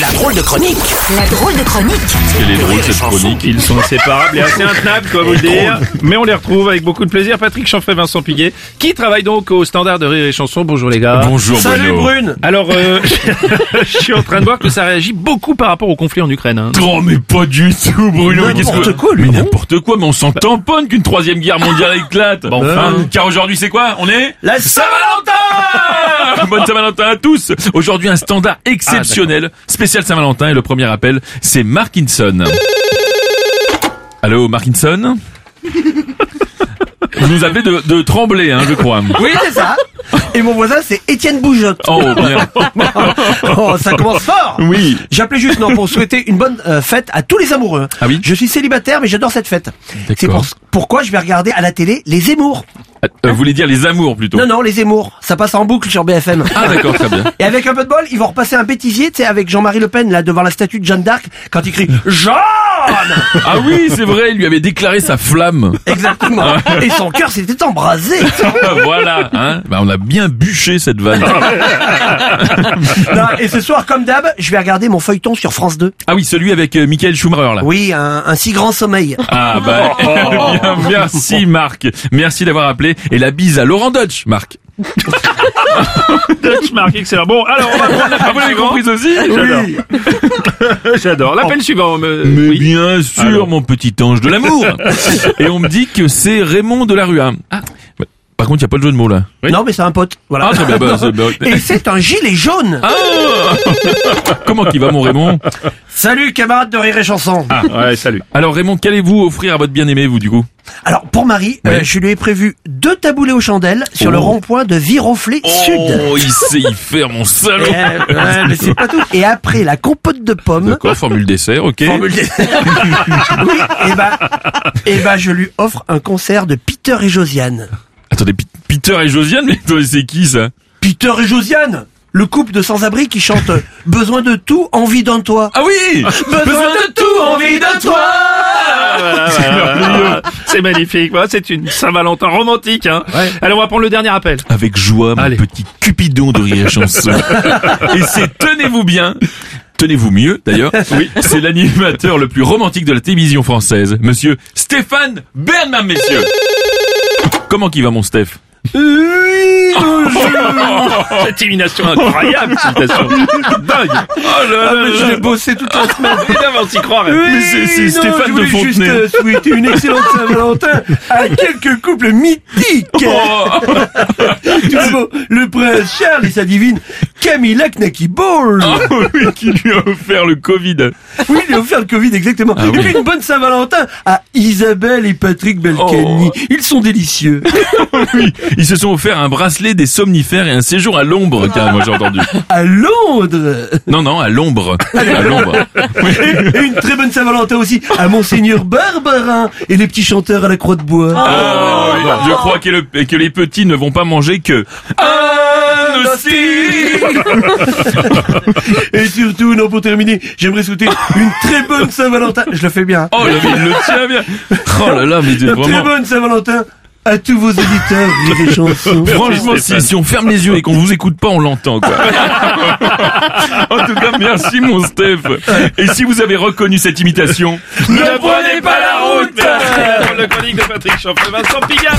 La drôle de chronique. La drôle de chronique. Quelle est drôle cette chronique, ils sont inséparables et assez intenables, quoi vous le dire. Mais on les retrouve avec beaucoup de plaisir. Patrick Chanfray, Vincent Piguet, qui travaille donc au standard de rire et chanson. Bonjour les gars. Bonjour Ah, Salut Bruno. Brune. Alors, euh, je suis en train de voir que ça réagit beaucoup par rapport au conflit en Ukraine. hein. Oh mais pas du tout Bruno N'importe qu'est-ce que- quoi, lui, Mais non Bah. N'importe quoi mais on s'en tamponne qu'une troisième guerre mondiale éclate Bah, enfin. Hein, Car aujourd'hui c'est quoi On est... La Saint-Valentin Bonne Saint-Valentin à tous Aujourd'hui un standard Ah, exceptionnel, spécial Saint-Valentin et le premier appel c'est Markinson. Allô Markinson Vous nous appelez de, de Tremblay hein je crois. Oui, c'est ça. Et mon voisin, c'est Étienne Bougeot. Oh bien. Oh, ça commence fort. Oui. J'appelais juste non pour souhaiter une bonne euh, fête à tous les amoureux. Ah oui Je suis célibataire, mais j'adore cette fête. D'accord. C'est pour- pourquoi je vais regarder à la télé les Émours. Euh, Vous voulez dire les amours plutôt Non, non, les Émours. Ça passe en boucle sur BFM. Ah d'accord très bien. Et avec un peu de bol, ils vont repasser un bêtisier, tu sais, avec Jean-Marie Le Pen, là, devant la statue de Jeanne d'Arc, quand il crie Jeanne Ah oui c'est vrai il lui avait déclaré sa flamme. Exactement. Ah. Et son cœur s'était embrasé. voilà, hein. Bah, on a bien bûché cette vanne. Non, et ce soir, comme d'hab, je vais regarder mon feuilleton sur France 2. Ah oui, celui avec euh, Michael Schumacher là. Oui, un, un si grand sommeil. Ah bah bien, merci Marc. Merci d'avoir appelé et la bise à Laurent Dutch, Marc. Dutch Mark, excellent. Bon, alors, on va prendre Ah vous l'appel l'avez suivant. compris aussi J'adore. J'adore. L'appel suivant. euh, Mais oui. bien sûr, Alors. mon petit ange de l'amour. et on me dit que c'est Raymond de la rue. hein. Bah, Par contre, il y a pas de jeu de mots là. Non, mais c'est un pote. Voilà. Ah très bien, Ah. bah, c'est- bah, Et c'est un gilet jaune. comment qu'il va mon Raymond Salut camarades de rire et chanson. Ah, ouais, salut. Alors Raymond, qu'allez-vous offrir à votre bien-aimé vous du coup Alors pour Marie, euh, Ouais. je lui ai prévu deux taboulés aux chandelles sur le Oh. rond-point de Viroflé Sud. Oh, Eh, il sait y faire mon Et, salaud. euh, ouais, mais c'est pas tout. Et après la compote de pommes. D'accord, formule dessert, ok. formule des- oui, et bah, et bah, je lui offre un concert de Peter et Josiane. Attendez, Pi- Peter et Josiane, mais attendez, c'est qui ça Peter et Josiane, le couple de sans-abri qui chante euh, Besoin de tout, envie d'un toit. Ah oui tout, envie d'un toit. C'est merveilleux. C'est magnifique. Voilà, C'est une Saint-Valentin romantique. Hein. Alors, on va prendre le dernier appel. Avec joie, mon Allez. petit cupidon de rire et chanson. et c'est tenez-vous bien Tenez-vous mieux, d'ailleurs. Oui. C'est l'animateur le plus romantique de la télévision française, monsieur Stéphane Bernard, messieurs. Comment qu'il va, mon Steph Cette imitation incroyable, cette imitation. Dingue. Oh Ah, là là là là. bossé toute la semaine. Évidemment, on s'y croirait. Mais c'est- c'est non, Stéphane je de voulais Fontenay. juste euh, souhaiter une excellente Saint-Valentin à quelques couples mythiques. Oh. Tout d'abord, le prince Charles et sa divine Camilla Knacky Ball. Oh, oui, qui lui a offert le Covid. Oui, il a offert le Covid, exactement. et Ah oui. puis une bonne Saint-Valentin à Isabelle et Patrick Balkany. Oh. Ils sont délicieux. Oui, ils se sont offerts un bracelet des somnifères et un séjour à l'ombre, car moi j'ai entendu. À Londres. Non, non, à l'ombre. À l'ombre. Et une très bonne Saint-Valentin aussi à Monseigneur Barbarin et les petits chanteurs à la Croix de Bois. Ah, je crois que, le- que les petits ne vont pas manger que un hostie. Et surtout, non, pour terminer, j'aimerais souhaiter une très bonne Saint-Valentin. Je le fais bien. hein. Oh là, mais il le tient bien. Oh là là, mais c'est Une très vraiment. bonne Saint-Valentin à tous vos éditeurs, rire et chansons. Franchement, si, si on ferme les yeux et qu'on vous écoute pas, on l'entend, quoi. en tout cas, merci, mon Steph. Et si vous avez reconnu cette imitation, ne prenez pas la route! Drôle de chronique de Patrick Chanfray, Vincent Pigard.